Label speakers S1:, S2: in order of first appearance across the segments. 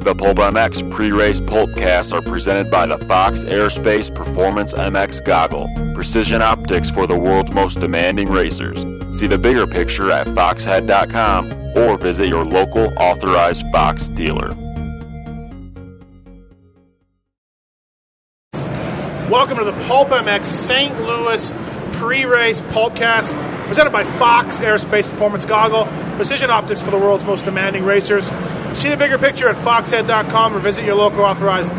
S1: The Pulp MX pre-race pulpcasts are presented by the Fox Aerospace Performance MX goggle, precision optics for the world's most demanding racers. See the bigger picture at foxhead.com or visit your local authorized Fox dealer.
S2: Welcome to the Pulp MX St. Louis pre-race pulpcast presented by Fox Aerospace Performance Goggle, precision optics for the world's most demanding racers. See the bigger picture at foxhead.com or visit your local authorized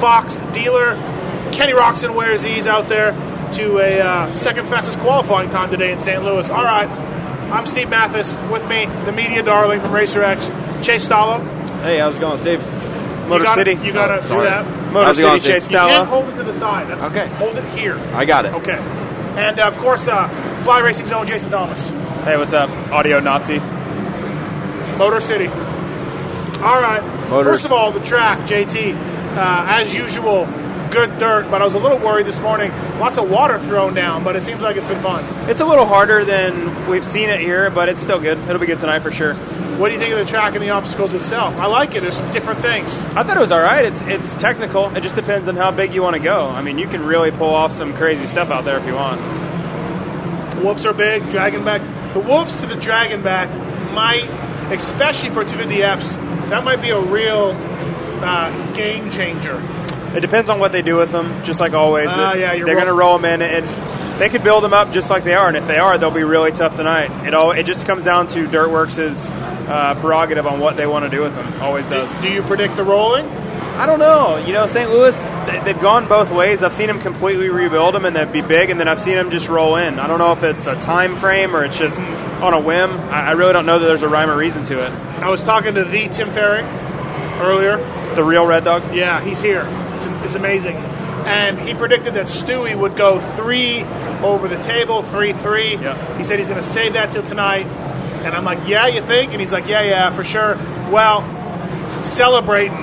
S2: Fox dealer. Kenny Roxon wears these out there to a uh, second fastest qualifying time today in St. Louis. All right, I'm Steve Mathis. With me, the media darling from Racer X, Chase Stallo.
S3: Hey, how's it going, Steve? Oh,
S2: you gotta, You got to do
S3: sorry.
S2: that.
S3: Motor
S4: How's it going,
S3: City Chase
S4: Steve?
S2: You can't
S3: Stella.
S2: hold it to the side. That's,
S3: Okay.
S2: Hold it here.
S3: I got it.
S2: Okay. And uh, of course, uh, Fly Racing Zone, Jason Thomas,
S3: Hey, what's up? Audio Nazi.
S2: Motor City. All right.
S3: Motors.
S2: First of all, the track, JT, uh, as usual, good dirt, but I was a little worried this morning. Lots of water thrown down, but it seems like it's been fun.
S3: It's a little harder than we've seen it here, but it's still good. It'll be good tonight for sure.
S2: What do you think of the track and the obstacles itself? I like it. There's some different things.
S3: I thought it was all right. It's it's technical. It just depends on how big you want to go. I mean, you can really pull off some crazy stuff out there if you want.
S2: Whoops are big, dragon back. The whoops to the dragon back might, especially for 250Fs, that might be a real uh, game changer.
S3: It depends on what they do with them. Just like always,
S2: Ah,
S3: It-
S2: yeah, you're
S3: they're
S2: right.
S3: going to roll them in, and they could build them up just like they are. And if they are, they'll be really tough tonight. It all it just comes down to Dirtworks' uh, prerogative on what they want to do with them. Always does.
S2: Do you predict the rolling?
S3: I don't know. You know, St. Louis, they- they've gone both ways. I've seen them completely rebuild them and they'd be big, and then I've seen them just roll in. I don't know if it's a time frame or it's just on a whim. I, I really don't know that there's a rhyme or reason to it.
S2: I was talking to the Tim Ferry earlier.
S3: The real Red Dog?
S2: Yeah, he's here. It's, it's amazing. And he predicted that Stewie would go three over the table, three three.
S3: Yeah.
S2: He said he's going to save that till tonight. And I'm like, yeah, you think? And he's like, yeah, yeah, for sure. Well, celebrating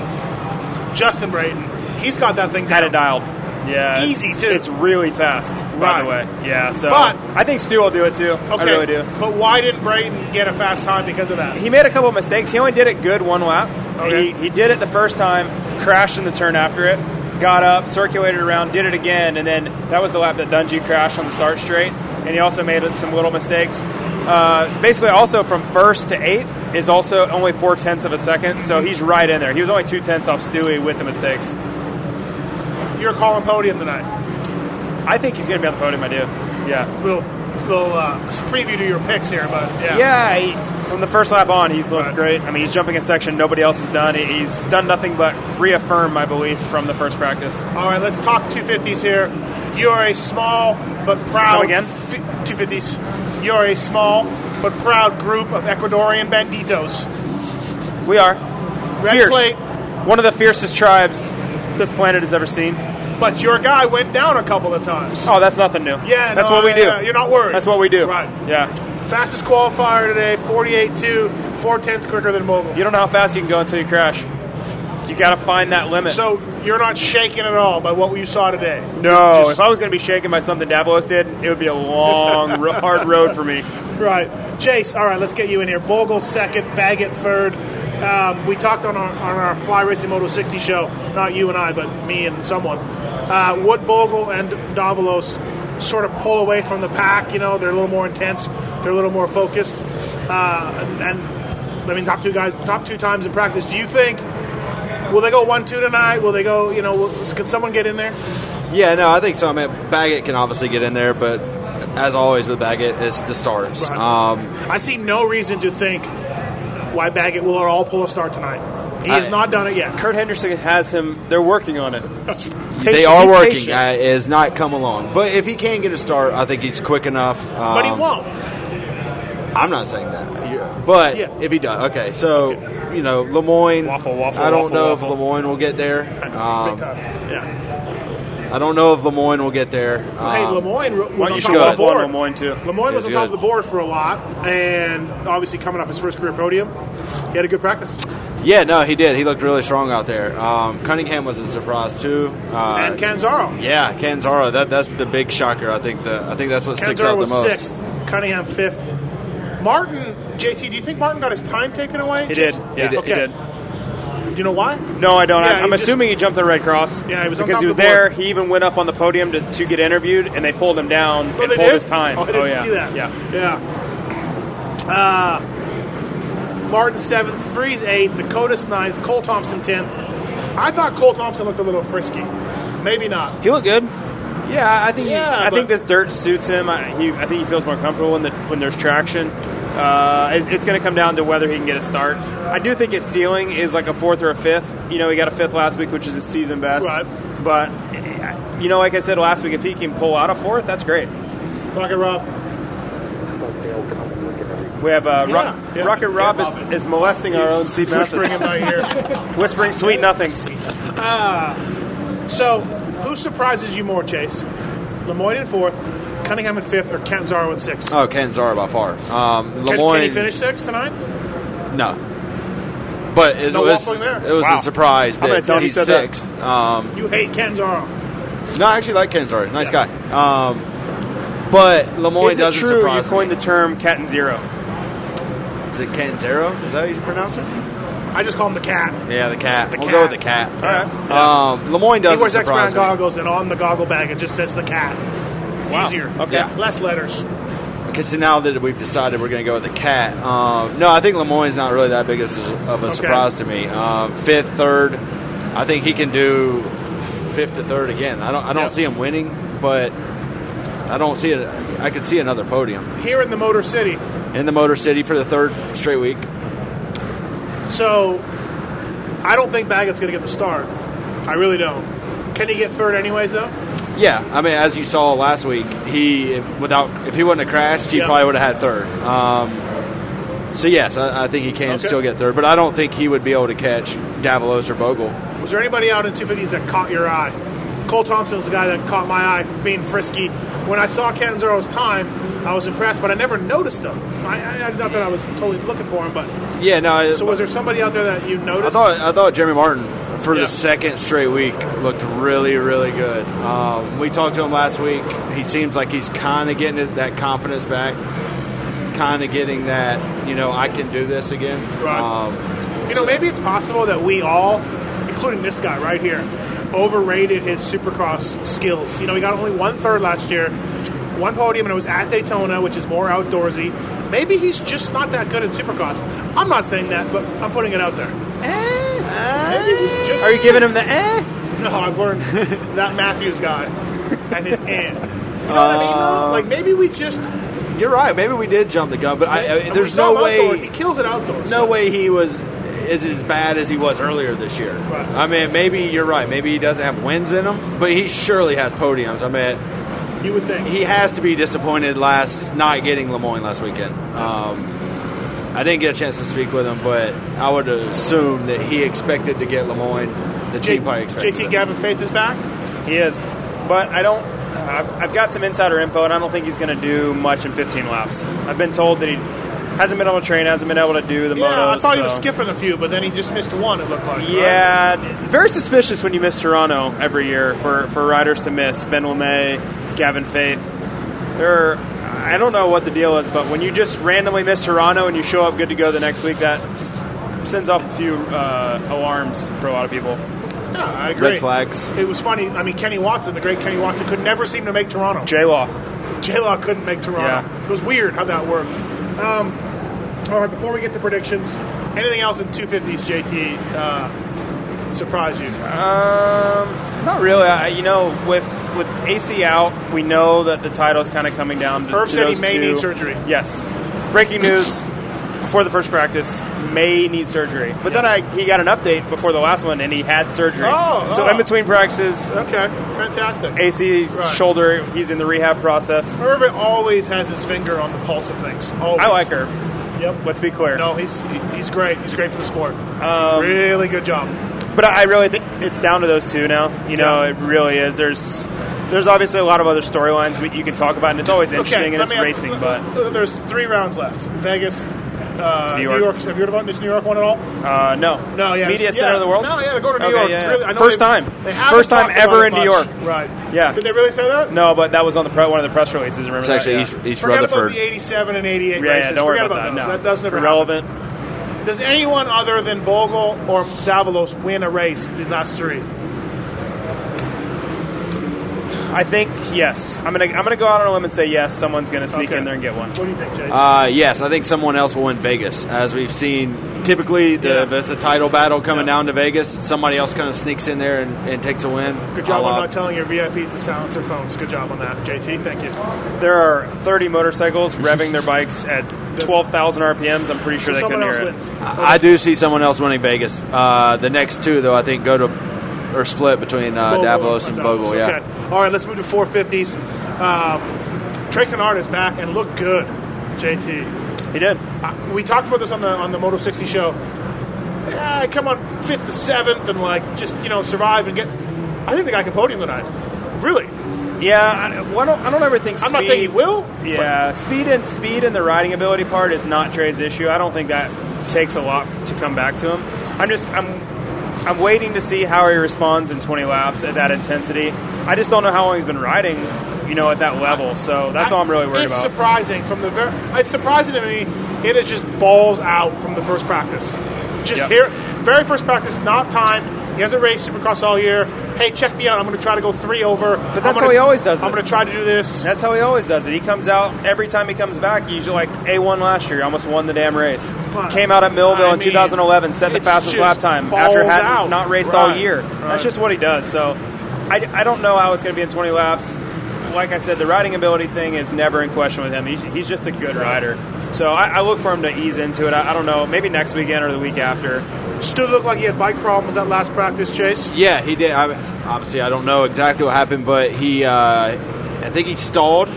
S2: Justin Brayton. He's got that thing
S3: Had
S2: down.
S3: it dialed. Yeah. it's-
S2: Easy, too.
S3: It's really fast, by the
S2: Right.
S3: way. Yeah, so.
S2: But-
S3: I think Stu will do it too.
S2: Okay,
S3: I really do.
S2: but why didn't Brayton get a fast time because of that?
S3: He made a couple of mistakes. He only did it good one lap.
S2: Okay.
S3: He, he did it the first time, crashed in the turn after it, got up, circulated around, did it again, and then that was the lap that Dungy crashed on the start straight. And he also made some little mistakes. Uh, basically, also from first to eighth is also only four tenths of a second, so he's right in there. He was only two tenths off Stewie with the mistakes.
S2: You're calling podium tonight.
S3: I think he's going to be on the podium. I do. Yeah.
S2: We'll, we'll uh, preview to your picks here, but yeah.
S3: Yeah, he, from the first lap on, he's looked
S2: Right.
S3: great. I mean, he's jumping a section nobody else has done. He- He's done nothing but reaffirm my belief from the first practice.
S2: All right, let's talk 250s here. You are a small but proud.
S3: Come again?
S2: Fi- 250s. You are a small but proud group of Ecuadorian banditos.
S3: We are
S2: Red
S3: fierce.
S2: plate.
S3: One of the fiercest tribes this planet has ever seen.
S2: But your guy went down a couple of times.
S3: Oh, that's nothing new.
S2: Yeah,
S3: that's
S2: no,
S3: what we
S2: yeah,
S3: do.
S2: yeah, you're not worried.
S3: That's what we do.
S2: Right.
S3: Yeah.
S2: Fastest qualifier today, 48-2, four tenths quicker than Mogul.
S3: You don't know how fast you can go until you crash. You got to find that limit.
S2: so you're not shaken at all by what you saw today.
S3: no,
S2: Just-
S3: if I was going to be shaken by something Davalos did, it would be a long, ro- hard road for me.
S2: Right. Chase, all right, let's get you in here. Bogle second, Baggett third. Um, we talked on our, on our Fly Racing Moto 60 show, not you and I, but me and someone. Uh, would Bogle and Davalos sort of pull away from the pack? You know, they're a little more intense, they're a little more focused. Uh, and, and, I mean, top two guys, top two times in practice. Do you think, will they go 1 2 tonight? Will they go, you know, will, could someone get in there?
S4: Yeah, no, I think so. I mean, Baggett can obviously get in there, but as always with Baggett, it's the stars.
S2: Right.
S4: Um,
S2: I see no reason to think why Baggett will at all pull a start tonight. He has
S4: I-
S2: not done it yet.
S3: Kurt Henderson has him. They're working on it.
S4: they
S3: Patient-
S4: are
S3: be
S4: working.
S3: patient.
S4: Uh, it has not come along. But if he can get a start, I think he's quick enough. Um,
S2: But he won't.
S4: I'm not saying that. You're- But
S2: Yeah.
S4: if he does, okay. So you know, Lemoyne.
S2: Waffle, waffle,
S4: I don't
S2: waffle,
S4: know
S2: waffle.
S4: if Lemoyne will get there.
S2: Big
S4: Um,
S2: time. Yeah.
S4: I don't know if Lemoyne will get there.
S2: hey,
S4: Um,
S2: Lemoyne was
S3: Why don't
S2: on
S3: you
S2: top
S3: show
S2: of
S3: off
S2: the
S3: on
S2: board.
S3: Lemoyne too?
S2: Lemoyne was on
S4: He's
S2: top of
S4: good.
S2: the board for a lot, and obviously coming off his first career podium, he had a good practice.
S4: Yeah, no, he did. He looked really strong out there. Um, Cunningham was a surprise too. Uh,
S2: and Canzaro.
S4: Yeah, Canzaro. That that's the big shocker. I think the I think that's what sticks
S2: Canzaro
S4: out the
S2: was
S4: most.
S2: sixth, Cunningham fifth. Martin, JT, do you think Martin got his time taken away?
S3: He did.
S2: Just-
S3: Yeah,
S4: did.
S3: he
S2: Okay.
S3: did.
S2: Do you know why?
S3: No, I don't.
S2: Yeah,
S3: I, I'm
S2: he just-
S3: assuming he jumped the Red Cross.
S2: Yeah, he was on
S3: because
S2: top
S3: he was
S2: of the board.
S3: there. He even went up on the podium to, to get interviewed, and they pulled him down
S2: Oh,
S3: and
S2: they
S3: pulled
S2: did?
S3: his time.
S2: Oh, I didn't
S3: yeah,
S2: see that.
S3: yeah.
S2: yeah. Uh, Martin seventh, Freeze eighth, Dakotas ninth, Cole Thompson tenth. I thought Cole Thompson looked a little frisky. Maybe not.
S4: He looked good.
S3: Yeah, I think he-
S2: Yeah,
S3: I think
S2: but-
S3: this dirt suits him. I, he, I think he feels more comfortable when the, when there's traction. Uh, it, it's going to come down to whether he can get a start. I do think his ceiling is like a fourth or a fifth. You know, he got a fifth last week, which is his season best.
S2: Right.
S3: But you know, like I said last week, if he can pull out a fourth, that's great.
S2: Rocket Rob.
S3: We have uh, Ro-
S2: Yeah. Yeah.
S3: Rocket Rob
S2: Yeah,
S3: is, is molesting our own Steve Mathis.
S2: Whispering him right here.
S3: Whispering sweet nothings.
S2: So, who surprises you more, Chase? Lemoyne in fourth, Cunningham in fifth, or Canzaro in sixth?
S3: Uh,
S4: Oh, Ken Zara by far. Um,
S2: Can-
S4: Lemoyne.
S2: Can, he finish sixth tonight?
S4: No. But it
S2: No
S4: was,
S2: waffling there.
S4: it was
S3: Wow.
S4: a surprise
S3: I'm gonna
S4: that
S3: tell him you
S4: he's
S3: said that.
S4: sixth. Um,
S2: You hate Canzaro.
S4: No, I actually like Ken Zara. Nice
S2: Yeah.
S4: guy. Um, but Lemoyne
S3: Is it
S4: doesn't
S3: true you
S4: surprise
S3: coined the term "cat and zero?
S4: me. Is it Ken Zero? Is that how you pronounce it?
S2: I just call him the cat.
S4: Yeah, the cat.
S2: The
S4: we'll
S2: cat.
S4: go with the cat.
S2: All right.
S4: Um, Lemoyne
S2: He
S4: doesn't
S2: wears X
S4: surprise
S2: Brown
S4: me.
S2: goggles, and on the goggle bag it just says the cat. It's
S3: Wow.
S2: easier.
S3: Okay.
S4: Yeah.
S2: Less letters.
S4: Because so now that we've decided we're going to go with the cat, um, no, I think Lemoyne's not really that big as, of a
S2: Okay.
S4: surprise to me. Um, fifth, third, I think he can do fifth to third again. I don't, I don't
S2: Yeah.
S4: see him winning, but I don't see it. I could see another podium
S2: Here in the Motor City.
S4: in the Motor City for the third straight week.
S2: So, I don't think Baggett's going to get the start. I really don't. Can he get third anyways, though?
S4: Yeah, I mean, as you saw last week, he without if he wouldn't have crashed, he
S2: Yeah.
S4: probably would have had third. Um, so yes, I, I think he can
S2: Okay.
S4: still get third, but I don't think he would be able to catch Davalos or Bogle.
S2: Was there anybody out in 250s that caught your eye? Cole Thompson was the guy that caught my eye being frisky. When I saw Canzero's time, I was impressed, but I never noticed him. I, I, not that I was totally looking for him, but
S4: Yeah, no.
S2: so was there somebody out there that you
S4: I
S2: noticed?
S4: thought I thought Jeremy Martin for
S2: Yeah.
S4: the second straight week looked really really good. Um, we talked to him last week. He seems like he's kind of getting it- that confidence back, kind of getting that you know I can do this again.
S2: Right.
S4: Um,
S2: you know, maybe it's possible that we all, including this guy right here, overrated his Supercross skills. You know, he got only one third last year, one podium, and it was at Daytona, which is more outdoorsy. Maybe he's just not that good at Supercross. I'm not saying that, but I'm putting it out there. Maybe he's just-
S3: Are you giving him the eh?
S2: No, I've learned that Matthews guy and his aunt. You know what I mean? though?
S4: Um,
S2: Like maybe we just.
S4: eh? you're right. Maybe we did jump the gun, but I, I,
S2: we
S4: there's
S2: saw
S4: no
S2: him
S4: way.
S2: outdoors. he kills it outdoors.
S4: no way he was is as bad as he was earlier this year.
S2: Right.
S4: I mean, maybe you're right. Maybe he doesn't have wins in him, but he surely has podiums. I mean,
S2: you would think.
S4: he has to be disappointed last not getting Lemoyne last weekend. Um, I didn't get a chance to speak with him, but I would assume that he expected to get Lemoyne. The
S2: J-
S4: J- probably expected.
S2: JT
S4: it.
S2: Gavin Faith is back.
S3: He is, but I don't. I've, I've got some insider info, and I don't think he's going to do much in 15 laps. I've been told that he hasn't been able to train, hasn't been able to do the
S2: Yeah,
S3: motos.
S2: I thought he was
S3: so-
S2: skipping a few, but then he just missed one. It looked like. right?
S3: Yeah, very suspicious when you miss Toronto every year for, for riders to miss Ben Lemay, Gavin Faith. There, are, I don't know what the deal is, but when you just randomly miss Toronto and you show up good to go the next week, that s- sends off a few uh, alarms for a lot of people.
S2: Yeah, I agree.
S4: Red flags.
S2: It was funny. I mean, Kenny Watson, the great Kenny Watson, could never seem to make Toronto.
S3: J Law,
S2: J Law couldn't make Toronto.
S3: Yeah.
S2: It was weird how that worked. Um, all right, before we get to predictions, anything else in 250s, JT, uh, surprise you?
S3: Um, not really. I, you know, with with AC out, we know that the title's kind of coming down. To,
S2: Irv
S3: to
S2: said he
S3: those
S2: may
S3: two.
S2: need surgery.
S3: Yes. Breaking news before the first practice may need surgery. But then I he got an update before the last one, and he had surgery.
S2: Oh,
S3: so
S2: oh.
S3: in between practices,
S2: Okay, fantastic.
S3: AC
S2: Right.
S3: shoulder, he's in the rehab process.
S2: Irvin always has his finger on the pulse of things. Always.
S3: I like Irv.
S2: Yep.
S3: Let's be clear.
S2: No, he's he- he's great. He's great for the sport.
S3: Um,
S2: really good job.
S3: But I I really think it's down to those two now. You know,
S2: Yeah.
S3: it really is. There's there's obviously a lot of other storylines we- you can talk about, and it's always interesting
S2: okay,
S3: and
S2: let me-
S3: it's racing. But
S2: uh, there's three rounds left. Vegas, uh,
S3: New
S2: New,
S3: York.
S2: York. Have you heard about this New York one at all?
S3: uh, no,
S2: No, yeah.
S3: media
S2: it's-
S3: center
S2: yeah.
S3: of the world.
S2: No, yeah, they go to New
S3: Okay,
S2: York.
S3: yeah,
S2: It's
S3: yeah.
S2: really, I know
S3: First
S2: they-
S3: time.
S2: They haven't
S3: First time
S2: talked about
S3: ever
S2: it
S3: in New
S2: much.
S3: York.
S2: Right.
S3: Yeah.
S2: Did they really say that?
S3: No, but that was on the pre- one of the press releases. Remember
S4: It's actually
S3: that?
S4: East, East
S2: Forget
S4: Rutherford.
S2: about the 87 and 88
S3: Yeah, yeah,
S2: races.
S3: don't worry
S2: Forget
S3: about that,
S2: those.
S3: no.
S2: That, that's never
S3: Irrelevant.
S2: happened. Does anyone other than Bogle or Davalos win a race these last three?
S3: I think yes. I'm gonna I'm gonna go out on a limb and say yes. Someone's gonna sneak
S2: Okay.
S3: in there and get one.
S2: What do you think, Chase?
S4: Uh, yes, I think someone else will win Vegas, as we've seen. Typically, the,
S2: Yeah.
S4: there's a title battle coming down to Vegas. Somebody else kind of sneaks in there and, and takes a win.
S2: Good job
S4: A la-
S2: on not telling your VIPs to silence their phones. Good job on that, JT. Thank you.
S3: There are 30 motorcycles revving their bikes at 12,000 RPMs. I'm pretty sure they couldn't
S2: Someone else
S3: hear it.
S2: wins.
S4: I I do see someone else winning Vegas. Uh, the next two, though, I think go to or split between uh,
S2: Bogle
S4: Davos and
S2: Davos,
S4: Bogle. Yeah.
S2: Okay. All right, let's move to 450s. Um, Trey Kennard is back and looked good, JT.
S3: He did.
S2: Uh, we talked about this on the on the Moto 60 show. Ah, come on, fifth to seventh, and like just you know survive and get. I think the guy can podium tonight. Really,
S3: Yeah, I, well, I don't, I don't ever think.
S2: I'm
S3: speed,
S2: not saying he will.
S3: Yeah, speed and speed and the riding ability part is not Trey's issue. I don't think that takes a lot to come back to him. I'm just I'm I'm waiting to see how he responds in 20 laps at that intensity. I just don't know how long he's been riding, you know, at that level. So that's all I'm really worried
S2: it's
S3: about.
S2: surprising from the ver- it's surprising to me. It is just balls out from the first practice. Just
S3: Yep.
S2: here, very first practice, not time. He hasn't raced Supercross all year. Hey, check me out. I'm going to try to go three over. But
S3: that's how he always does
S2: I'm
S3: it.
S2: going to try to do this.
S3: That's how he always does it. He comes out every time he comes back. He's like A one last year, almost won the damn race.
S2: But,
S3: Came out at Millville
S2: I
S3: in
S2: mean,
S3: 2011, set the
S2: it's
S3: fastest
S2: just
S3: lap time after
S2: balls
S3: having
S2: out.
S3: not raced all
S2: Right,
S3: year.
S2: right.
S3: That's just what he does. So I, I don't know how it's going to be in 20 laps. Like I said, the riding ability thing is never in question with him. He's, he's just a good rider. So I, I look for him to ease into it. I, I don't know, maybe next weekend or the week after.
S2: Still looked like he had bike problems that last practice, Chase.
S4: Yeah, he did. I, obviously, I don't know exactly what happened, but he, uh, I think he stalled.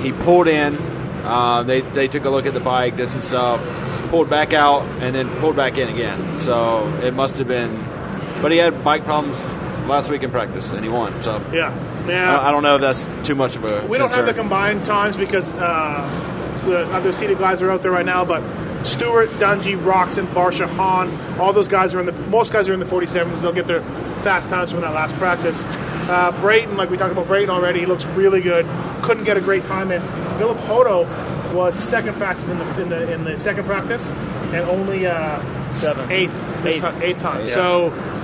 S4: He pulled in. Uh, they they took a look at the bike, did some stuff, pulled back out, and then pulled back in again. So it must have been. But he had bike problems last week in practice, and he won. So
S2: Yeah,
S4: I,
S2: yeah.
S4: I don't know if that's too much of a.
S2: we don't have
S4: concern.
S2: the combined times because uh, the other seated guys are out there right now. But Stewart, Dungy, Roxon, Barsha, Hahn, all those guys are in the most guys are in the 47s. They'll get their fast times from that last practice. Uh, Brayton, like we talked about Brayton already, he looks really good. Couldn't get a great time in. Philip Hodo was second fastest in the in the, in the second practice and onti uh,
S3: Seventh.
S2: eighth this
S3: Eighth.
S2: ti- eighth time.
S3: Yeah.
S2: So.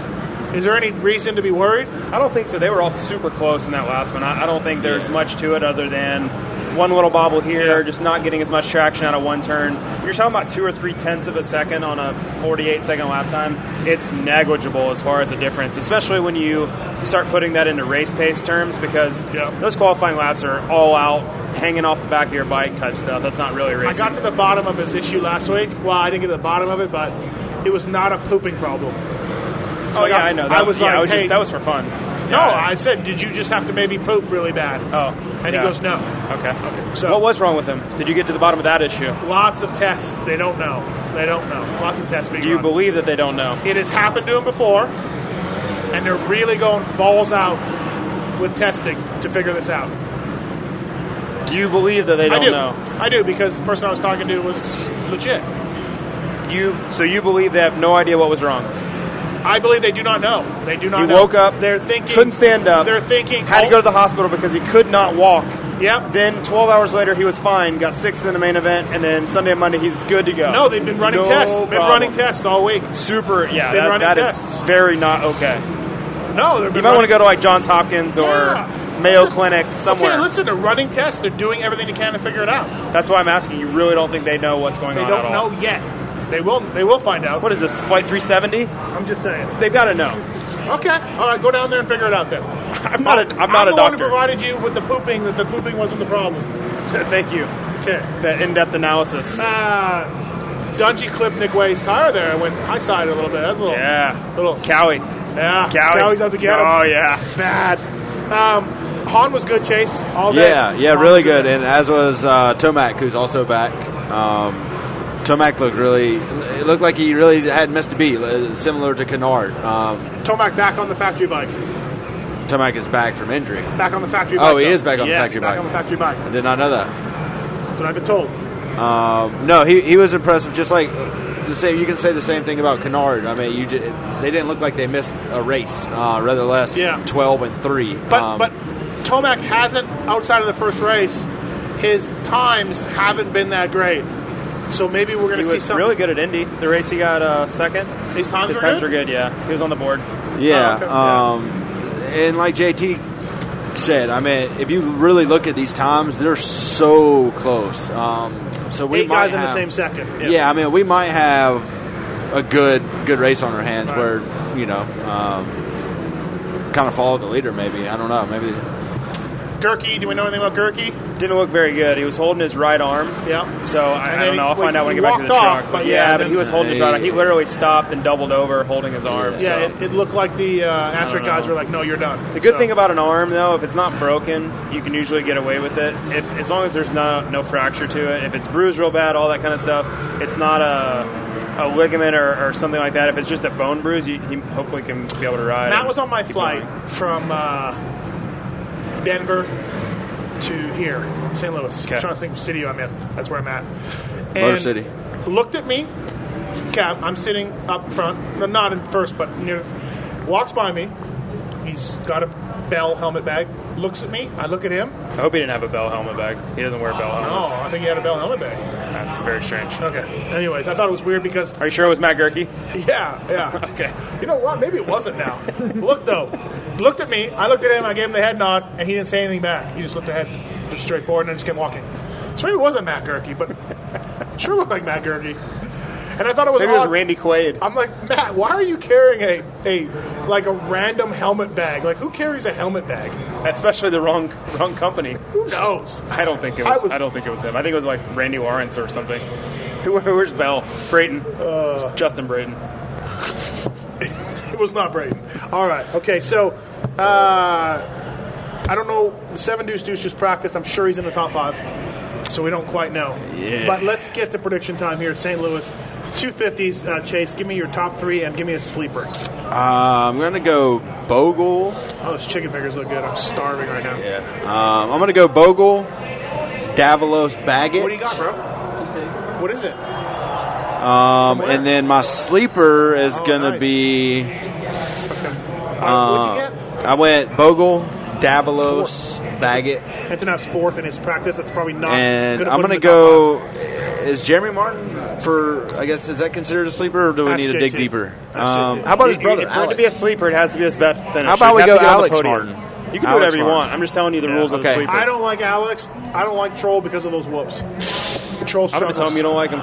S2: Is there any reason to be worried?
S3: I don't think so. They were all super close in that last one. I, I don't think there's much to it other than one little bobble here, just not getting as much traction out of one turn. You're talking about two or three tenths of a second on a 48 second lap time. It's negligible as far as a difference, especially when you start putting that into race pace terms because
S2: Yeah.
S3: those qualifying laps are all out hanging off the back of your bike type stuff. That's not really
S2: I
S3: racing.
S2: got to the bottom of his issue last week. Well, I didn't get to the bottom of it, but it was not a pooping problem.
S3: oh yeah, I know.
S2: I was
S3: yeah,
S2: like,
S3: I was
S2: hey-
S3: just, that was for fun.
S2: No, I said, did you just have to maybe poop really bad?
S3: Oh,
S2: and
S3: yeah.
S2: he goes, no.
S3: Okay.
S2: So-
S3: what was wrong with him? Did you get to the bottom of that issue?
S2: Lots of tests. They don't know. They don't know. Lots of tests. Being
S3: Do you
S2: run.
S3: believe that they don't know?
S2: it has happened to him before, and they're really going balls out with testing to figure this out.
S3: Do you believe that they
S2: I
S3: don't
S2: do.
S3: know?
S2: I do because the person I was talking to was legit.
S3: You so you believe they have no idea what was wrong?
S2: I believe they do not know. They do not.
S3: He
S2: know.
S3: woke up,
S2: They're thinking.
S3: couldn't stand up.
S2: They're thinking. oh,
S3: Had to go to the hospital because he could not walk.
S2: Yep.
S3: Then 12 hours later, he was fine. Got sixth in the main event, and then Sunday and Monday, he's good to go.
S2: No, they've been running
S3: No
S2: tests. Been
S3: problem.
S2: running tests all week.
S3: Super. Yeah,
S2: Been
S3: that,
S2: running
S3: that is
S2: tests.
S3: very not okay.
S2: No, they've
S3: You
S2: been
S3: might want
S2: running-
S3: to go to like Johns Hopkins or
S2: Yeah.
S3: Mayo Clinic somewhere.
S2: Okay, listen, they're running tests. They're doing everything they can to figure it out.
S3: That's why I'm asking. You really don't think they know what's going
S2: They
S3: on
S2: don't
S3: at all?
S2: know yet. They will. They will find out.
S3: What is this? Flight 370?
S2: I'm just saying.
S3: They've got to know.
S2: Okay, all right, go down there and figure it out then.
S3: I'm not a, I'm not
S2: the
S3: a
S2: one who
S3: doctor.
S2: provided you with the pooping that the pooping wasn't the problem.
S3: Thank you.
S2: Okay.
S3: That in-depth analysis.
S2: Uh, Dungy clipped Nick Way's tire there. I went high side a little bit. That's a little.
S3: Yeah.
S2: Little.
S3: Cowie.
S2: Yeah.
S3: Cowie.
S2: Cowie's out to get him.
S3: Oh, yeah.
S2: Bad. Um, Han was good, Chase. All day.
S4: Yeah, yeah,
S2: Han
S4: really
S2: was
S4: good. And as was uh, Tomac, who's also back. Um, Tomac looked really, it looked like he really had missed a beat, li- similar to Kennard. Um,
S2: Tomac back on the factory bike.
S4: Tomac is back from injury.
S2: Back on the factory
S4: Oh,
S2: bike.
S4: he
S2: though.
S4: is back on the
S2: Yes,
S4: factory
S2: back
S4: bike.
S2: on the factory bike.
S4: I did not know that.
S2: That's what I've been told.
S4: Um, no, he, he was impressive. Just like the same, you can say the same thing about Kennard. I mean, you ju- they didn't look like they missed a race, uh, rather less
S2: Yeah.
S4: twelve and three.
S2: But
S4: Um,
S2: but Tomac hasn't outside of the first race. His times haven't been that great. So maybe we're going
S3: He
S2: to see
S3: was
S2: something.
S3: really good at Indy. The race he got uh, second.
S2: These times
S3: His
S2: were
S3: times
S2: good?
S3: were good. Yeah, he was on the board.
S2: Oh,
S4: Yeah.
S2: okay.
S4: um, and like JT said, I mean, if you really look at these times, they're so close. Um, so we
S2: Eight
S4: might
S2: guys in the
S4: have-
S2: same second.
S4: Yeah. I mean, we might have a good good race on our hands
S2: Right.
S4: where you know. Um, Kind of follow the leader, maybe. I don't know. Maybe
S2: Gurkey, do we know anything about Gurkey?
S3: Didn't look very good. He was holding his right arm.
S2: Yeah.
S3: So
S2: And
S3: I, I
S2: then
S3: don't
S2: he-
S3: know. I'll
S2: when
S3: find out when
S2: he
S3: we get back to the
S2: walked off,
S3: truck.
S2: but yeah,
S3: yeah, but
S2: then-
S3: he was holding his
S4: Hey.
S3: right arm. He literally stopped and doubled over, holding his arm.
S4: Yeah.
S3: so.
S2: Yeah, it, it looked like the uh, Astro
S3: don't
S2: guys
S3: know.
S2: were like, "No, you're done."
S3: The good
S2: So-
S3: thing about an arm, though, if it's not broken, you can usually get away with it. If as long as there's no no fracture to it, if it's bruised real bad, all that kind of stuff, it's not a a ligament or, or something like that. If it's just a bone bruise, you, he hopefully can be able to ride.
S2: Matt
S3: and
S2: was on my
S3: keep
S2: flight
S3: going.
S2: from uh, Denver to here, St. Louis.
S3: Okay.
S2: trying to think of city I'm in. That's where I'm at.
S4: Motor City.
S2: Looked at me. Cab. I'm sitting up front. No, not in first, but near. Walks by me. He's got a bell helmet bag. Looks at me. I look at him.
S3: I hope he didn't have a bell helmet bag. He doesn't wear bell
S2: Oh,
S3: helmets.
S2: I think he had a bell helmet bag.
S3: That's very strange.
S2: Okay. Anyways, I thought it was weird because
S3: Are you sure it was Matt Gurkey?
S2: Yeah, yeah. okay. You know what? Maybe it wasn't now. Look though. Looked at me. I looked at him. I gave him the head nod, and he didn't say anything back. He just looked ahead, just straight forward, and then just kept walking. So maybe it wasn't Matt Gurkey, but sure looked like Matt Gurkey. And I thought it was
S3: Maybe it was
S2: odd.
S3: Randy Quaid.
S2: I'm like Matt. Why are you carrying a, a like a random helmet bag? Like who carries a helmet bag?
S3: Especially the wrong wrong company.
S2: Who knows?
S3: I don't think it
S2: I
S3: was, I,
S2: was-
S3: don't think it was him. I think it was like Randy Lawrence or something. Who, where's Bell? Brayton.
S2: Uh.
S3: It's Justin Brayton.
S2: It was not Braden. All right. Okay. So, uh, I don't know. The seven deuce deuce just practiced. I'm sure he's in the top five. So we don't quite know.
S4: Yeah.
S2: But let's get to prediction time here. St. Louis, two fifties. Uh, Chase, give me your top three and give me a sleeper.
S4: uh, I'm gonna go Bogle.
S2: Oh, those chicken fingers look good. I'm starving right now.
S4: Yeah. Um, I'm gonna go Bogle, Davalos, Baggett.
S2: What do you got, bro? What is it?
S4: Um,
S2: Somewhere?
S4: and then my sleeper is
S2: Oh,
S4: gonna
S2: nice.
S4: be.
S2: Uh, what'd you
S4: uh, I went Bogle, Davalos, Baggett,
S2: get? Anthony Knapp's fourth in his practice. That's probably not.
S4: Uh, and
S2: could've
S4: I'm
S2: Uh, put him
S4: gonna
S2: in the top
S4: go. Is Jeremy Martin for? I guess is that considered a sleeper, or do we
S2: Ask
S4: need to dig
S2: JT.
S4: deeper?
S2: Ask
S4: Um,
S2: JT.
S4: how about his
S2: You-
S4: brother?
S2: you-
S3: For it to be a
S4: Alex?
S3: sleeper, it has to be his best finish.
S4: How about
S3: You'd
S4: we
S3: have
S4: go
S3: to get on the
S4: Alex
S3: podium.
S4: Martin?
S3: You can do
S4: Alex
S3: whatever you
S4: Martin.
S3: want. I'm just telling you the rules of the
S4: okay.
S3: sleeper.
S2: five. I don't like Alex. I don't like Troll because of those whoops. Troll struggles.
S3: I'm going to tell him you don't like him.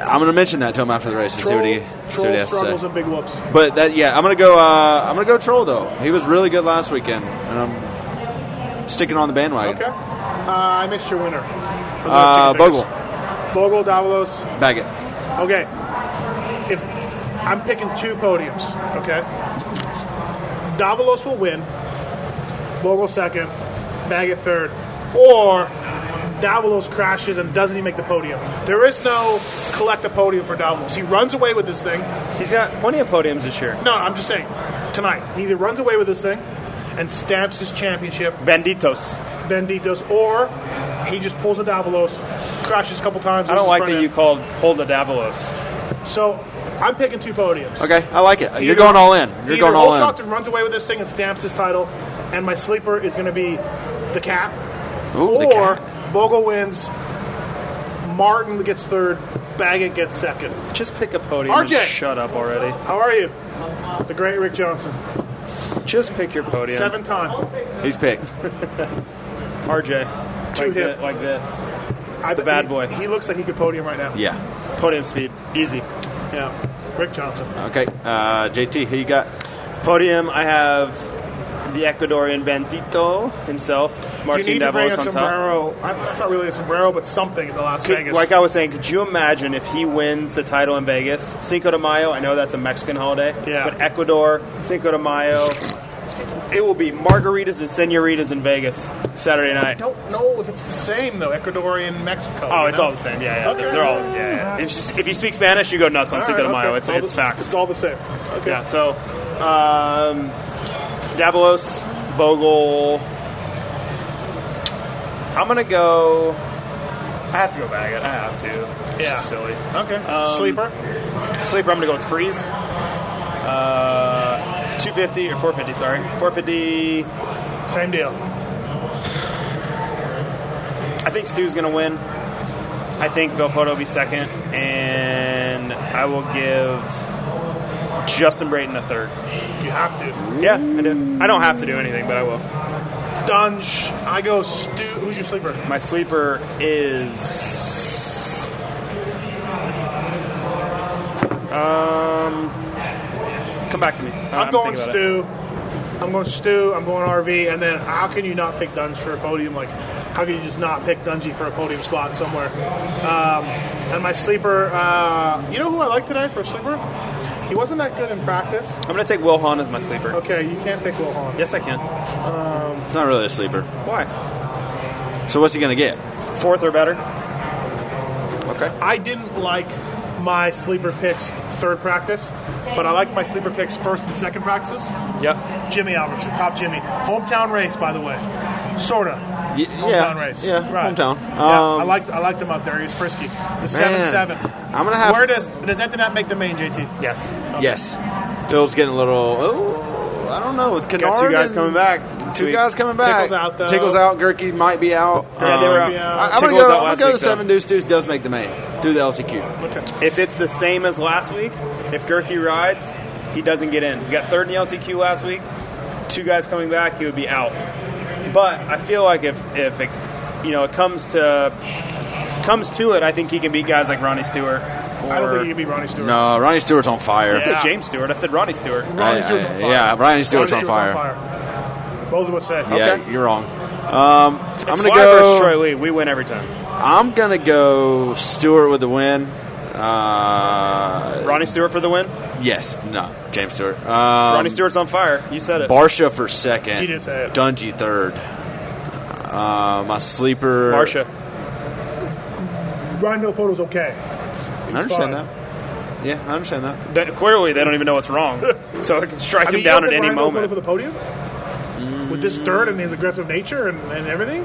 S4: I'm gonna mention that to him after the race and see
S2: Troll,
S4: what he see
S2: Troll
S4: what he has to
S2: struggles
S4: say.
S2: and big whoops.
S4: But that yeah, I'm gonna go. Uh, I'm gonna go troll though. He was really good last weekend, and I'm sticking on the bandwagon.
S2: Okay. Uh, I missed your winner. Those
S4: Uh,
S2: are chicken fingers.
S4: Bogle,
S2: Bogle, Davalos.
S4: Baggett.
S2: Okay. If I'm picking two podiums, okay? Davalos will win. Bogle second. Baggett third. Or Davalos crashes and doesn't even make the podium. There is no collect a podium for Davalos. He runs away with this thing.
S3: He's got plenty of podiums this year.
S2: No, I'm just saying. Tonight, he either runs away with this thing and stamps his championship
S3: Banditos.
S2: Benditos, or he just pulls a Davalos, crashes a couple times.
S3: I don't
S2: loses
S3: like
S2: front
S3: that you
S2: end.
S3: called Hold the Davalos.
S2: So I'm picking two podiums.
S4: Okay, I like it. You're going all in. You're
S2: Either
S4: going all in.
S2: Holzhausen runs away with this thing and stamps his title, and my sleeper is going to be the cap,
S4: Ooh, the
S2: or
S4: cat.
S2: Bogle wins, Martin gets third, Baggett gets second.
S3: Just pick a podium.
S2: RJ.
S3: And shut up already.
S2: How are you? The great Rick Johnson,
S3: Just pick your podium.
S2: seven time.
S4: He's picked.
S3: RJ.
S2: To
S3: like thi-
S2: him.
S3: like this.
S2: I, the
S3: bad
S2: he,
S3: boy.
S2: He looks like he could podium right now.
S4: Yeah.
S3: Podium speed. Easy.
S2: yeah. Rick Johnson.
S4: Okay. Uh, JT, who you got?
S3: Podium, I have the Ecuadorian Bandito himself,
S2: You
S3: Martin
S2: need to bring
S3: Davalos
S2: a
S3: on top.
S2: sombrero. I, that's not really a sombrero, but something in the Las
S3: Could-
S2: Vegas.
S3: Like I was saying, could you imagine if he wins the title in Vegas? Cinco de Mayo, I know that's a Mexican holiday,
S2: Yeah.
S3: but Ecuador, Cinco de Mayo, it will be margaritas and senoritas in Vegas Saturday night.
S2: don't know if it's the same though. Ecuadorian Mexico.
S3: Oh,
S2: you
S3: it's
S2: know?
S3: all the same. Yeah, yeah.
S2: Okay.
S3: They're, they're all. Yeah, yeah. It's just, if you speak Spanish, you go nuts on
S2: All
S3: Cinco
S2: right,
S3: de Mayo.
S2: okay.
S3: It's,
S2: All
S3: it's
S2: the,
S3: fact.
S2: It's all the same. Okay.
S3: Yeah. So, um, Davalos, Bogle. I'm gonna go. I have to go Baggett. I have to. It's
S2: Yeah.
S3: just silly.
S2: Okay.
S3: Um,
S2: Sleeper.
S3: Sleeper, I'm gonna go with Freeze. Uh, 250 or 450, sorry. 450.
S2: Same deal.
S3: I think Stu's gonna win. I think Vilpoto will be second, and I will give Justin Brayton a third.
S2: You have to.
S3: Yeah, I do. I don't have to do anything, but I will.
S2: Dunge. I go Stu. Who's your sleeper?
S3: My sleeper is. Um, come back to me.
S2: I'm, going
S3: thinking about it.
S2: Stu. I'm going Stu. I'm going RV. And then how can you not pick Dungy for a podium? Like, how can you just not pick Dungy for a podium spot somewhere? Um, and my sleeper, uh, you know who I like today for a sleeper? He wasn't that good in practice.
S3: I'm going to take Will Hahn as my sleeper.
S2: Okay, you can't pick Will Hahn.
S3: Yes, I can.
S4: It's not really a sleeper.
S3: Why?
S4: So what's he going to get?
S3: Fourth or better. Okay.
S2: I didn't like my sleeper picks third practice, but I like my sleeper picks first and second practices.
S3: Yep.
S2: Jimmy Albertson, top Jimmy. Hometown race, by the way. Sorta.
S4: Y-
S2: Hometown race.
S4: Yeah,
S2: Right.
S4: hometown.
S2: Yeah,
S4: Um,
S2: I liked I liked him out there. He was frisky. The seven seven.
S4: I'm gonna have-
S2: Where does does Antoinette make the main JT?
S3: Yes.
S4: Yes. Phil's getting a little. Oh, I don't know. With Kennard
S3: Got two guys
S4: and-
S3: coming back. this
S4: Two
S3: week.
S4: guys coming back.
S2: Tickle's out, though.
S4: Tickles out. Gerke might be out.
S3: Yeah, they were
S2: Um,
S3: out.
S4: I, am gonna
S3: Tickle's
S4: go.
S3: out
S4: I'm gonna
S3: last
S4: go
S3: week,
S4: the
S3: though.
S4: seven deuce deuce does make the main through the LCQ.
S2: Okay.
S3: If it's the same as last week, if Gerke rides, he doesn't get in. We got third in the LCQ last week. Two guys coming back, he would be out. But I feel like if if it, you know it comes to comes to it, I think he can beat guys like Ronnie Stewart. Or,
S2: I don't think he can beat Ronnie Stewart.
S4: No, Ronnie Stewart's on fire.
S3: I said James Stewart. I said Ronnie Stewart.
S2: Ronnie
S4: I-
S2: Stewart's
S4: I-
S2: on fire.
S4: yeah, Ronnie Stewart's on fire.
S2: fire. Both of us say.
S4: Yeah,
S3: Okay.
S4: you're wrong. Um, I'm
S3: It's
S4: gonna
S3: Fly versus Troy
S4: go.
S3: Lee. We win every time.
S4: I'm gonna go Stewart with the win. Uh,
S3: Ronnie Stewart for the win.
S4: yes, no, James Stewart. Um,
S3: Ronnie Stewart's on fire. You said it.
S4: Barsha for second.
S2: He did say it.
S4: Dungy third. Uh, my sleeper.
S3: Marsha.
S2: Ryan Villopoto's okay.
S4: I
S2: fine.
S4: understand that. Yeah, I understand that.
S3: That- clearly, they don't even know what's wrong, so it can strike
S2: I
S3: him
S2: mean,
S3: down
S2: you
S3: at
S2: don't
S3: any
S2: think Ryan Villopoto
S3: moment.
S2: for the podium.
S4: Mm.
S2: With this dirt and his aggressive nature and, and everything,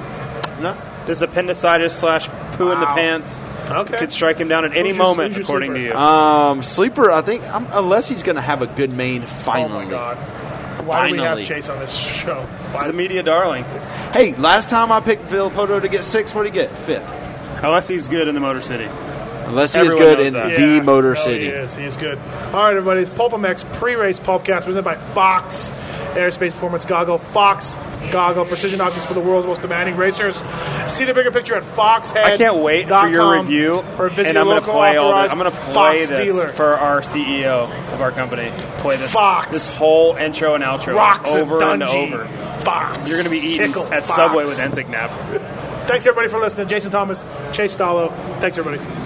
S4: No.
S3: This appendicitis slash poo in the
S2: Wow.
S3: pants
S2: Okay.
S3: could strike him down at any
S2: Who's your-
S3: moment,
S2: who's your
S3: according to
S2: sleeper?
S3: you.
S4: Um, sleeper, I think, um, unless he's going to have a good main
S2: oh
S4: finally.
S2: my god! Why do we have
S4: Finally.
S2: Chase on this show?
S3: He's
S2: Why?
S3: a media darling,
S4: Hey, last time I picked Phil Poto to get six, what did he get? Fifth.
S3: unless he's good in the Motor City.
S4: Unless he
S3: Everyone
S4: is good
S3: knows
S4: in
S3: that.
S4: the Motor
S2: Oh,
S4: City.
S2: He is. He is good. All right, everybody. It's Pulpamex pre-race podcast presented by Fox Aerospace Performance Goggle. Fox Goggle precision optics for the world's most demanding racers. See the bigger picture at foxhead.
S3: I can't wait for your
S2: com,
S3: review,
S2: Or visit
S3: and
S2: your
S3: I'm going to
S2: local
S3: play all
S2: authorized
S3: this. I'm going to play
S2: Fox
S3: this
S2: dealer.
S3: for our CEO of our company. Play this
S2: Fox.
S3: this whole intro and outro
S2: Rocks
S3: over
S2: and
S3: and,
S2: Dungey.
S3: over.
S2: Fox.
S3: You're going to be eating
S2: Tickle
S3: at
S2: Fox.
S3: Subway with Enzig Nap.
S2: Thanks everybody for listening. Jason Thomas, Chase Stallo. Thanks everybody.